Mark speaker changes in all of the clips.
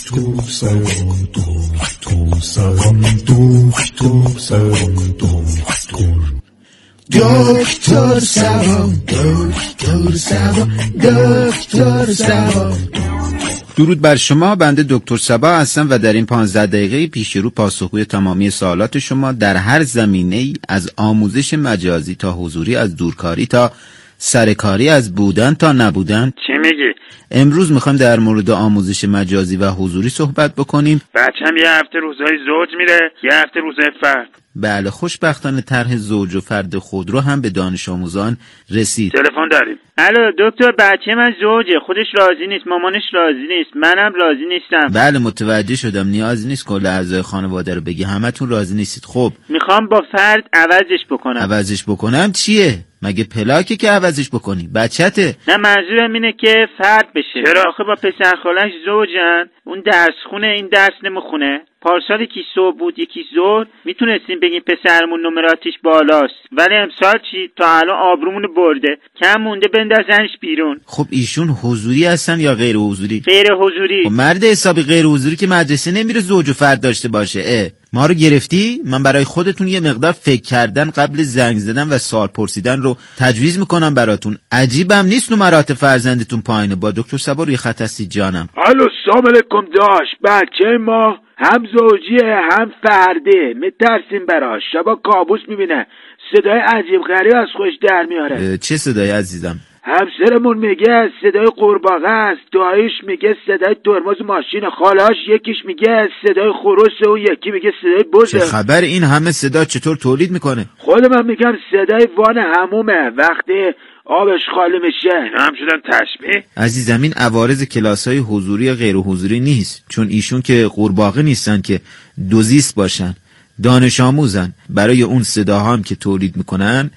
Speaker 1: Top sarım tom, top sarım tom, top sarım tom, tom. Doktor Savo, Doktor Savo, Doktor Savo.
Speaker 2: درود بر شما بنده دکتر سبا هستم و در این 15 دقیقه پیش رو پاسخگوی تمامی سوالات شما در هر زمینه ای از آموزش مجازی تا حضوری از دورکاری تا سرکاری از بودن تا نبودن
Speaker 3: چی میگی؟
Speaker 2: امروز میخوایم در مورد آموزش مجازی و حضوری صحبت بکنیم
Speaker 3: بچم یه هفته روزهای زوج میره یه هفته روزهای فرد
Speaker 2: بله خوشبختانه طرح زوج و فرد خودرو هم به دانش آموزان رسید
Speaker 3: تلفن داریم
Speaker 4: الو دکتر بچه من زوجه خودش راضی نیست مامانش راضی نیست منم راضی نیستم
Speaker 2: بله متوجه شدم نیاز نیست کل اعضای خانواده رو بگی همتون راضی نیستید خب
Speaker 4: میخوام با فرد عوضش بکنم
Speaker 2: عوضش بکنم چیه مگه پلاکه که عوضش بکنی بچته
Speaker 4: نه منظورم اینه که فرد بشه
Speaker 3: چرا؟
Speaker 4: آخه با پسر خالش زوجن اون درس خونه این درس نمیخونه پارسال یکی صبح بود یکی ظهر میتونستیم بگیم پسرمون نمراتش بالاست ولی امسال چی تا الان آبرومون برده کم مونده بندازنش بیرون
Speaker 2: خب ایشون حضوری هستن یا غیر حضوری
Speaker 4: غیر حضوری
Speaker 2: خب مرد حسابی غیر حضوری که مدرسه نمیره زوج و فرد داشته باشه اه. ما رو گرفتی من برای خودتون یه مقدار فکر کردن قبل زنگ زدن و سوال پرسیدن رو تجویز میکنم براتون عجیبم نیست نمرات فرزندتون پایینه با دکتر سبا روی خط هستی جانم
Speaker 3: الو سلام علیکم داش بچه ما هم زوجیه هم فرده میترسیم براش شبا کابوس میبینه صدای عجیب غریب از خوش در میاره
Speaker 2: اه، چه صدای عزیزم
Speaker 3: همسرمون میگه صدای قورباغه است دایش میگه صدای ترمز ماشین خالاش یکیش میگه صدای خروس اون یکی میگه صدای
Speaker 2: چه
Speaker 4: بله.
Speaker 3: بزه
Speaker 2: خبر این همه صدا چطور تولید میکنه
Speaker 3: خود من میگم صدای وان همومه وقتی آبش خالی میشه اینا هم شدن تشبیه
Speaker 2: عزیزم این عوارض کلاس های حضوری یا غیر حضوری نیست چون ایشون که قورباغه نیستن که دوزیست باشن دانش آموزن برای اون صداها هم که تولید میکنن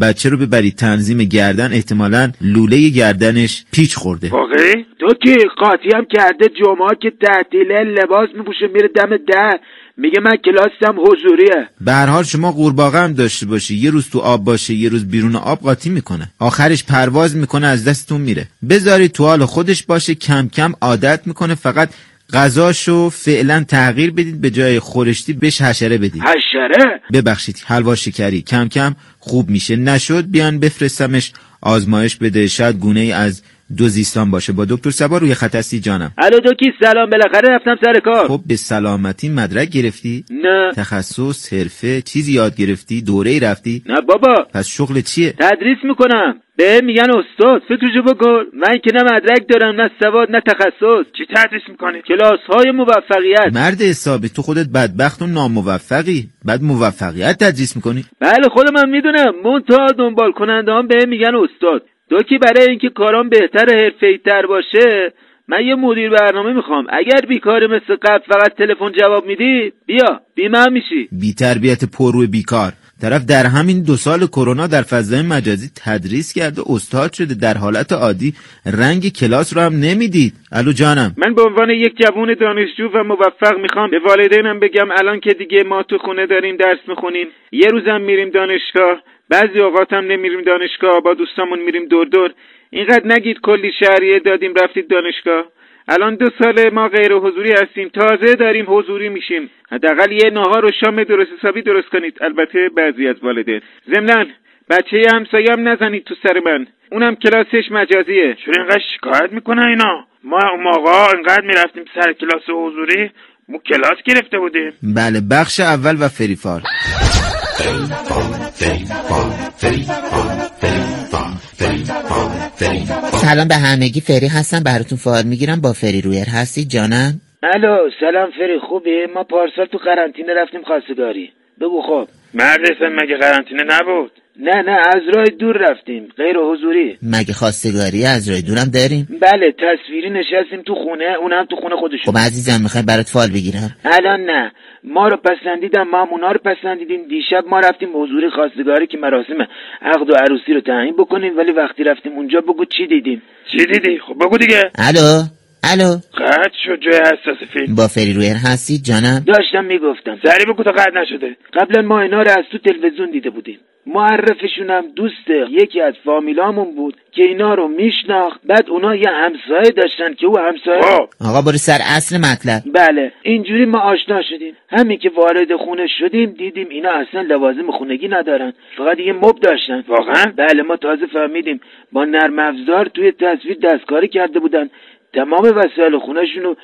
Speaker 2: بچه رو ببرید تنظیم گردن احتمالا لوله گردنش پیچ خورده
Speaker 3: واقعی؟
Speaker 1: تو که قاطی هم کرده جمعه که تعطیله لباس میپوشه میره دم ده میگه من کلاسم حضوریه
Speaker 2: به هر حال شما قورباغه هم داشته باشی یه روز تو آب باشه یه روز بیرون آب قاطی میکنه آخرش پرواز میکنه از دستتون میره بذارید تو حال خودش باشه کم کم عادت میکنه فقط غذاشو فعلا تغییر بدید به جای خورشتی بهش حشره بدید
Speaker 3: حشره
Speaker 2: ببخشید حلوا شکری کم کم خوب میشه نشد بیان بفرستمش آزمایش بده شاید گونه ای از دوزیستان باشه با دکتر سبا روی خط هستی جانم
Speaker 4: الو دوکی سلام بالاخره رفتم سر کار
Speaker 2: خب به سلامتی مدرک گرفتی
Speaker 4: نه
Speaker 2: تخصص حرفه چیزی یاد گرفتی دوره رفتی
Speaker 4: نه بابا
Speaker 2: پس شغل چیه
Speaker 4: تدریس میکنم به میگن استاد فکرشو بکن من که نه مدرک دارم نه سواد نه تخصص
Speaker 3: چی تدریس میکنی؟
Speaker 4: کلاس های موفقیت
Speaker 2: مرد حسابی تو خودت بدبخت و ناموفقی بعد موفقیت تدریس میکنی
Speaker 4: بله خودم هم میدونم منتها دنبال کننده هم به میگن استاد دوکی برای اینکه کارام بهتر و حرفه‌ای‌تر باشه من یه مدیر برنامه میخوام اگر بیکاری مثل قبل فقط تلفن جواب میدی بیا بیمه هم میشی
Speaker 2: بی تربیت پرو بیکار طرف در همین دو سال کرونا در فضای مجازی تدریس کرده استاد شده در حالت عادی رنگ کلاس رو هم نمیدید الو جانم
Speaker 4: من به عنوان یک جوون دانشجو و موفق میخوام به والدینم بگم الان که دیگه ما تو خونه داریم درس میخونیم یه روزم میریم دانشگاه بعضی اوقاتم نمیریم دانشگاه با دوستامون میریم دور دور اینقدر نگید کلی شهریه دادیم رفتید دانشگاه الان دو سال ما غیر حضوری هستیم تازه داریم حضوری میشیم حداقل یه نهار و شام درست حسابی درست کنید البته بعضی از والدین ضمنا بچه همسایم نزنید تو سر من اونم کلاسش مجازیه
Speaker 3: چون اینقدر شکایت میکنه اینا ما اون موقع اینقدر میرفتیم سر کلاس حضوری ما کلاس گرفته بودیم
Speaker 2: بله بخش اول و فریفار
Speaker 5: سلام به همگی فری هستم براتون فار میگیرم با فری رویر هستی جانم
Speaker 4: الو سلام فری خوبی ما پارسال تو قرنطینه رفتیم خواستگاری بگو خب
Speaker 3: مدرسه مگه قرنطینه نبود
Speaker 4: نه نه از راه دور رفتیم غیر حضوری
Speaker 5: مگه خواستگاری از رای دورم داریم
Speaker 4: بله تصویری نشستیم تو خونه اونم تو خونه خودشون
Speaker 5: خب عزیزم میخوای برات فال بگیرم
Speaker 4: الان نه ما رو پسندیدن ما هم اونا رو پسندیدیم دیشب ما رفتیم حضوری خواستگاری که مراسم عقد و عروسی رو تعیین بکنیم ولی وقتی رفتیم اونجا بگو چی دیدیم
Speaker 3: چی دیدی خب بگو دیگه
Speaker 5: الو الو
Speaker 3: قد شد جای حساس فیلم
Speaker 5: با فری رویر هستی جانم
Speaker 4: داشتم میگفتم
Speaker 3: سری بگو تا قد نشده
Speaker 4: قبلا ما اینا رو از تو تلویزیون دیده بودیم معرفشونم دوسته یکی از فامیلامون بود که اینا رو میشناخت بعد اونا یه همسایه داشتن که او همسایه
Speaker 3: خب.
Speaker 2: آقا برو سر اصل مطلب
Speaker 4: بله اینجوری ما آشنا شدیم همین که وارد خونه شدیم دیدیم اینا اصلا لوازم خونگی ندارن فقط یه مب داشتن
Speaker 6: واقعا؟
Speaker 4: بله ما تازه فهمیدیم با نرم افزار توی تصویر دستکاری کرده بودن تمام وسایل خونهشون رو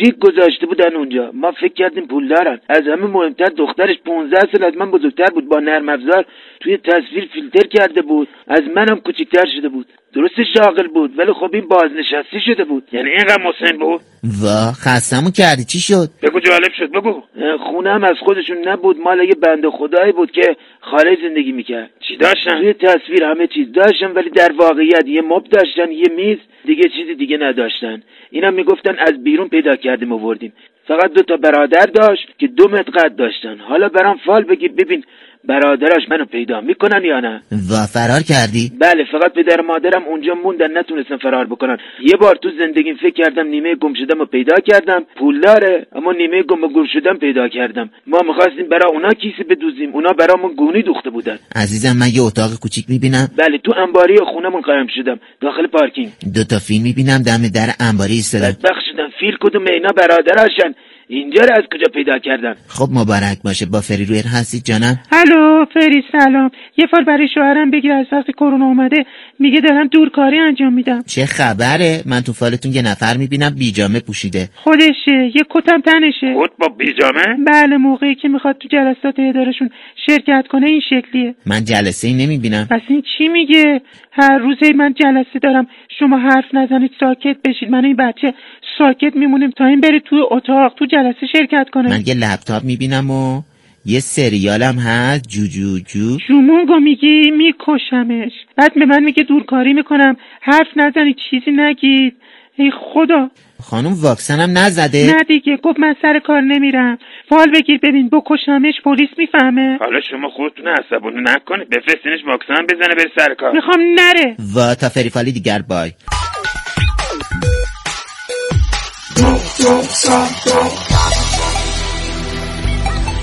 Speaker 4: شیک گذاشته بودن اونجا ما فکر کردیم پول دارن از همه مهمتر دخترش 15 سال از من بزرگتر بود با نرم افزار توی تصویر فیلتر کرده بود از منم کوچیکتر شده بود درست شاغل بود ولی خب این بازنشستی شده بود
Speaker 6: یعنی اینقدر مسن بود
Speaker 2: وا خستمون کردی چی شد
Speaker 6: بگو جالب شد بگو
Speaker 4: خونه هم از خودشون نبود مال یه بنده خدایی بود که خارج زندگی میکرد
Speaker 6: چی داشتن
Speaker 4: توی تصویر همه چیز داشتن ولی در واقعیت یه مب داشتن یه میز دیگه چیزی دیگه نداشتن اینا میگفتن از بیرون پیدا کردیم آوردیم فقط دو تا برادر داشت که دو متر قد داشتن حالا برام فال بگی ببین برادراش منو پیدا میکنن یا نه
Speaker 2: وا فرار کردی
Speaker 4: بله فقط پدر و مادرم اونجا موندن نتونستن فرار بکنن یه بار تو زندگیم فکر کردم نیمه گم شدم رو پیدا کردم پول داره اما نیمه گم و گم شدم پیدا کردم ما میخواستیم برا اونا کیسه بدوزیم اونا برامون گونی دوخته بودن
Speaker 2: عزیزم من یه اتاق کوچیک میبینم
Speaker 4: بله تو انباری خونمون قایم شدم داخل پارکینگ
Speaker 2: دوتا فیلم میبینم دم در انباری ایستادم
Speaker 4: بدبخت شدم فیل کدوم اینا برادراشن اینجا رو از کجا پیدا کردن
Speaker 2: خب مبارک باشه با فریرویر هستید جانم
Speaker 7: الو فری سلام یه فال برای شوهرم بگیر از وقتی کرونا اومده میگه دارم دورکاری انجام میدم
Speaker 2: چه خبره من تو فالتون یه نفر میبینم بیجامه پوشیده
Speaker 7: خودشه یه کتم تنشه
Speaker 6: بود با بیجامه
Speaker 7: بله موقعی که میخواد تو جلسات ادارشون شرکت کنه این شکلیه
Speaker 2: من جلسه ای نمیبینم
Speaker 7: پس این چی میگه هر روزه من جلسه دارم شما حرف نزنید ساکت بشید من و این بچه ساکت میمونیم تا این بره توی اتاق تو جلسه شرکت کنه
Speaker 2: من یه لپتاپ میبینم و یه سریالم هست جو جو جو
Speaker 7: جومونگو میگی میکشمش بعد به من میگه دورکاری میکنم حرف نزنید چیزی نگید ای خدا
Speaker 2: خانم واکسنم نزده
Speaker 7: نه دیگه گفت من سر کار نمیرم فال بگیر ببین بکشمش پلیس میفهمه
Speaker 6: حالا شما خودتون عصبانی نکنید بفرستینش واکسن بزنه بره سر کار
Speaker 7: میخوام نره
Speaker 2: و تا فریفالی دیگر بای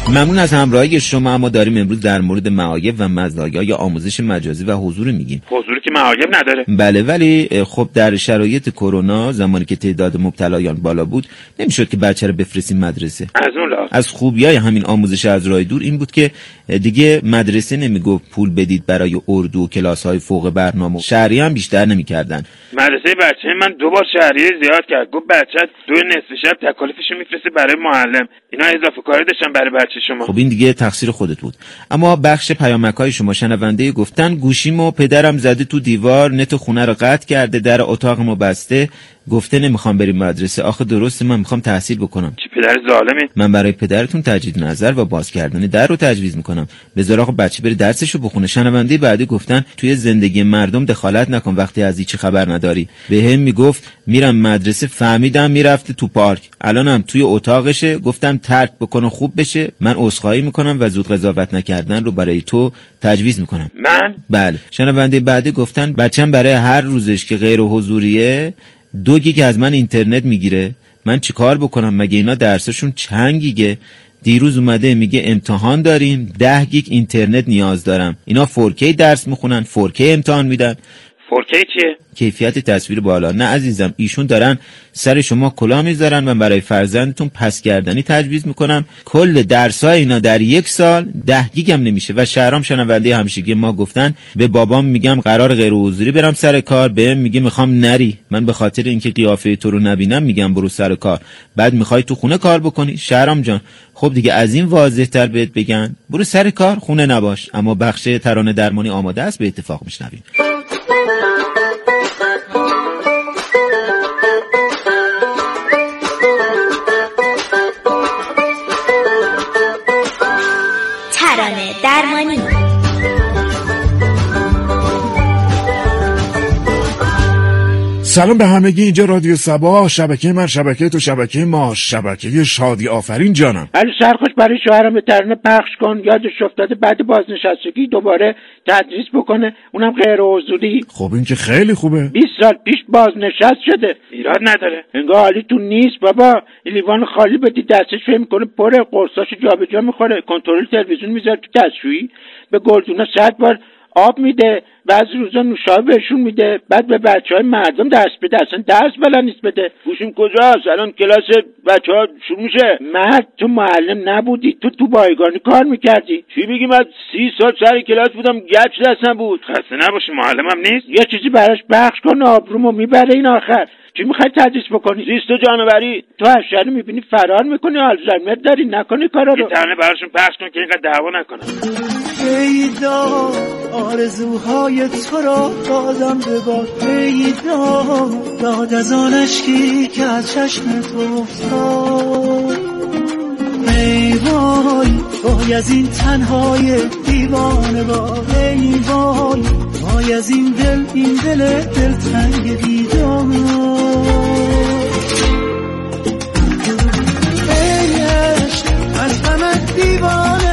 Speaker 2: ممنون از همراهی شما اما داریم امروز در مورد معایب و مزایای آموزش مجازی و حضور میگیم
Speaker 6: حضوری که معایب نداره
Speaker 2: بله ولی اه، خب در شرایط کرونا زمانی که تعداد مبتلایان بالا بود نمیشد که بچه رو بفرستیم مدرسه
Speaker 6: از اون لحاظ
Speaker 2: از خوبیای همین آموزش از راه دور این بود که دیگه مدرسه نمیگفت پول بدید برای اردو و کلاس های فوق برنامه شهری هم بیشتر نمیکردن
Speaker 6: مدرسه بچه من دو بار شهریه زیاد کرد گفت بچه دو نصف شب تکالیفش میفرسته برای معلم اینا اضافه کاری داشتن برای بچه شما
Speaker 2: خب این دیگه تقصیر خودت بود اما بخش پیامک های شما شنونده گفتن گوشیمو پدرم زده تو دیوار نت خونه رو قطع کرده در اتاقمو بسته گفته نمیخوام بریم مدرسه آخه درسته من میخوام تحصیل بکنم
Speaker 6: چه پدر ظالمی
Speaker 2: من برای پدرتون تجدید نظر و باز کردن در رو تجویز میکنم بذار آقا بچه بره درسش رو بخونه شنونده بعدی گفتن توی زندگی مردم دخالت نکن وقتی از هیچی خبر نداری به هم میگفت میرم مدرسه فهمیدم میرفته تو پارک الانم توی اتاقشه گفتم ترک بکنه خوب بشه من عذرخواهی میکنم و زود قضاوت نکردن رو برای تو تجویز میکنم
Speaker 6: من
Speaker 2: بله شنونده بعدی گفتن بچم برای هر روزش که غیر حضوریه دو گیگ از من اینترنت میگیره من چیکار بکنم مگه اینا درسشون چند گیگه دیروز اومده میگه امتحان داریم ده گیگ اینترنت نیاز دارم اینا 4K درس میخونن 4K امتحان میدن
Speaker 6: فورکی چیه
Speaker 2: کیفیت تصویر بالا نه عزیزم ایشون دارن سر شما کلا میذارن من برای فرزندتون پس کردنی تجویز میکنم کل درسای اینا در یک سال ده گیگم نمیشه و شهرام شنونده همشگی ما گفتن به بابام میگم قرار غیر حضوری برم سر کار بهم میگه میخوام نری من به خاطر اینکه قیافه تو رو نبینم میگم برو سر کار بعد میخوای تو خونه کار بکنی شهرام جان خب دیگه از این واضح تر بهت بگن برو سر کار خونه نباش اما بخش ترانه درمانی آماده است به اتفاق میشنویم
Speaker 8: ترانه درمانی
Speaker 1: سلام به همگی اینجا رادیو سبا شبکه من شبکه تو شبکه ما شبکه شادی آفرین جانم
Speaker 4: علی سرخوش برای شوهرم یه ترانه پخش کن یادش افتاده بعد بازنشستگی دوباره تدریس بکنه اونم غیر حضوری
Speaker 1: خب این که خیلی خوبه
Speaker 4: 20 سال پیش بازنشست شده ایراد نداره انگار حالی تو نیست بابا این لیوان خالی بدی دستش فکر میکنه پر قرصاش جابجا میخوره کنترل تلویزیون میذاره تو دستشویی به گلدونا صد بار آب میده بعضی روزا نوشابه بهشون میده بعد به بچه های مردم درس بده اصلا درس بلد نیست بده
Speaker 9: گوشیم کجاست الان کلاس بچه ها شروع میشه
Speaker 4: مرد تو معلم نبودی تو تو بایگانی کار میکردی
Speaker 9: چی بگی من سی سال سر کلاس بودم گچ دستم بود
Speaker 7: خسته نباشی معلمم نیست
Speaker 4: یه چیزی براش بخش کن آبرومو میبره این آخر چی میخوای تدریس بکنی
Speaker 9: زیست و جانوری
Speaker 4: تو اشعری میبینی فرار میکنی آلزایمر داری نکنی کارا رو
Speaker 7: یه براشون پخش کن که اینقدر دعوا نکنم
Speaker 10: پیدا آرزوهای تو را بازم بباد پیدا داد از آن عشقی که از چشم تو افتاد ای وای وای از این تنهای دیوانه با ای وای وای از این دل این دل دل تنگ بیدار ای عشق از غمت دیوانه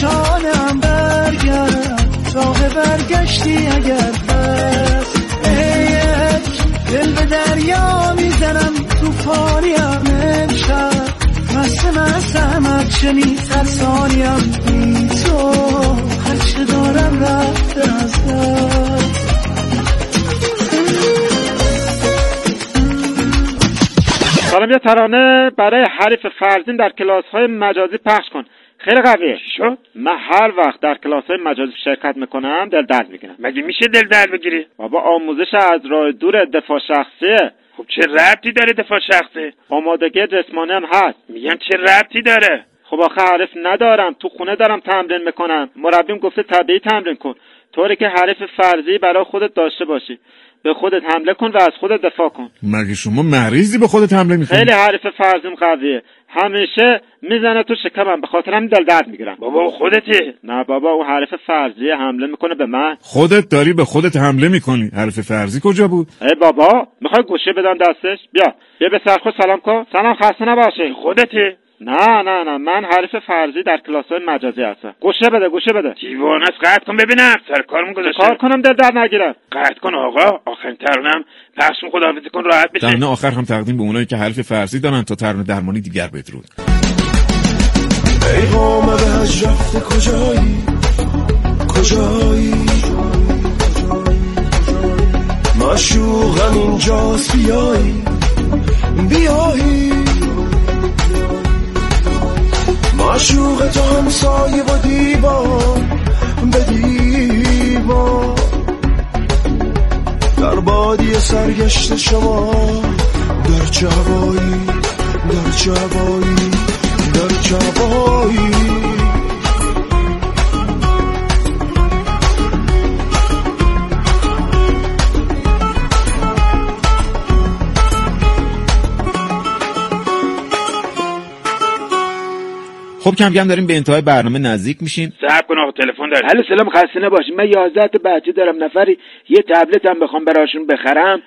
Speaker 10: شانم برگرد راه برگشتی اگر بس ایک دل به دریا میزنم تو پانیم امشب مست مستم هرچه میترسانیم بی تو هرچه دارم رفته از دست
Speaker 7: سلام یه ترانه برای حریف فرزین در کلاس های مجازی پخش کن خیلی قویه
Speaker 9: شد
Speaker 7: من هر وقت در کلاس های مجازی شرکت میکنم دل درد میگیرم
Speaker 9: مگه میشه دل درد بگیری
Speaker 7: بابا آموزش از راه دور دفاع شخصیه
Speaker 9: خب چه ربطی داره دفاع شخصی
Speaker 7: آمادگی جسمانی هم هست
Speaker 9: میگم چه ربطی داره
Speaker 7: خب آخه حرف ندارم تو خونه دارم تمرین میکنم مربیم گفته طبیعی تمرین کن طوری که حرف فرضی برای خودت داشته باشی به خودت حمله کن و از خودت دفاع کن
Speaker 1: مگه شما مریضی به خودت حمله میکنی
Speaker 7: خیلی حرف فرضیم قویه همیشه میزنه تو شکمم به خاطر همین دل درد میگیرم
Speaker 9: بابا خودتی
Speaker 7: نه بابا اون حرف فرضی حمله میکنه به من
Speaker 1: خودت داری به خودت حمله میکنی حرف فرضی کجا بود
Speaker 7: ای بابا میخوای گوشه بدم دستش بیا بیا به سرخود سلام کن سلام خسته نباشه
Speaker 9: خودتی
Speaker 7: نه نه نه من حریف فرضی در کلاس های مجازی هستم گوشه بده گوشه بده
Speaker 9: دیوانه است قطع کن ببینم سر کارمون گذاشته
Speaker 7: کار کنم دل در نگیرم
Speaker 9: قطع کن آقا آخرین ترانم پخش خداحافظی کن راحت بشه
Speaker 1: ترانه آخر هم تقدیم به اونایی که حرف فرضی دارن تا ترانه درمانی دیگر بدرود
Speaker 10: ای آمده از رفته کجایی کجایی مشوقم اینجاست بیایی بیایی عشوق تو همسایه با دیبا به دیبا در بادی سرگشت شما در جوایی در جوایی در جوایی
Speaker 2: خب کم کم داریم به انتهای برنامه نزدیک میشیم
Speaker 9: صبر کن آقا تلفن داریم
Speaker 4: الو سلام خسته نباشین من 11 تا بچه دارم نفری یه تبلت هم بخوام براشون بخرم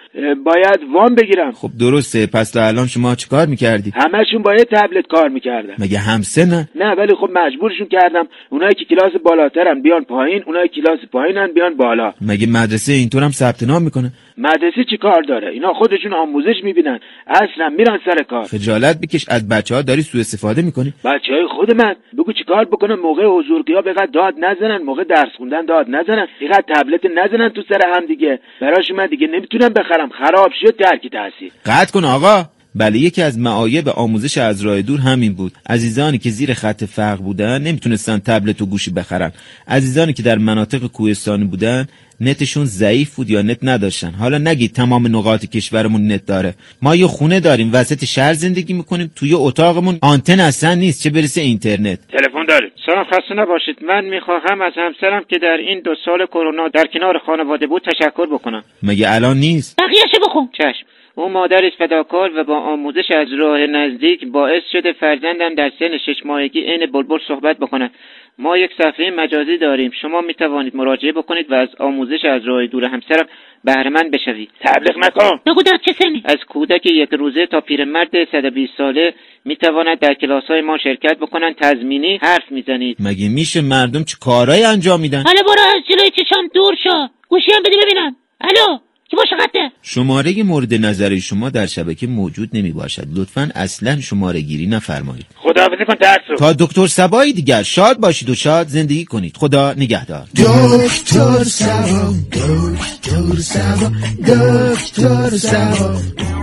Speaker 4: باید وام بگیرم
Speaker 2: خب درسته پس تا الان شما چیکار میکردی
Speaker 4: همشون با یه تبلت کار میکردم
Speaker 2: مگه همسه نه
Speaker 4: نه ولی خب مجبورشون کردم اونایی که کلاس بالاترن بیان پایین اونایی کلاس پایینن بیان بالا
Speaker 2: مگه مدرسه اینطور هم ثبت نام میکنه
Speaker 4: مدرسه چی کار داره اینا خودشون آموزش میبینن اصلا میرن سر کار
Speaker 2: خجالت بکش از بچه ها داری سوء استفاده میکنی
Speaker 4: بچه های خود من بگو چیکار بکنم موقع حضورگی ها بقدر داد نزنن موقع درس خوندن داد نزنن بقدر تبلت نزنن تو سر هم دیگه براش من دیگه نمیتونم بخرم خراب شد ترک تحصیل
Speaker 2: قطع کن آقا بله یکی از معایب آموزش از راه دور همین بود عزیزانی که زیر خط فقر بودن نمیتونستن تبلت و گوشی بخرن عزیزانی که در مناطق کوهستانی بودن نتشون ضعیف بود یا نت نداشتن حالا نگید تمام نقاط کشورمون نت داره ما یه خونه داریم وسط شهر زندگی میکنیم توی اتاقمون آنتن اصلا نیست چه برسه اینترنت
Speaker 9: تلفن داریم
Speaker 7: سلام خسته نباشید من میخواهم از همسرم که در این دو سال کرونا در کنار خانواده بود تشکر بکنم
Speaker 2: مگه الان نیست
Speaker 8: بقیه‌شو بخون
Speaker 7: چشم او مادرش فداکار و با آموزش از راه نزدیک باعث شده فرزندم در سن شش ماهگی عین بلبل صحبت بکنه ما یک صفحه مجازی داریم شما می توانید مراجعه بکنید و از آموزش از راه دور همسرم بهرمند بشوید
Speaker 4: تبلیغ نکن
Speaker 8: بگو در چه سنی
Speaker 7: از کودک یک روزه تا پیرمرد 120 ساله می تواند در کلاس های ما شرکت بکنند تضمینی حرف میزنید
Speaker 2: مگه میشه مردم چه کارایی انجام میدن
Speaker 8: حالا برو از جلوی چشام دور شو گوشیم بده ببینم الو کی باشه قطعه
Speaker 2: شماره مورد نظر شما در شبکه موجود نمی باشد لطفا اصلا شماره گیری نفرمایید
Speaker 4: خداحافظی کن درس رو
Speaker 2: تا دکتر سبایی دیگر شاد باشید و شاد زندگی کنید خدا نگهدار
Speaker 1: دکتر سبا دکتر سبا دکتر سبا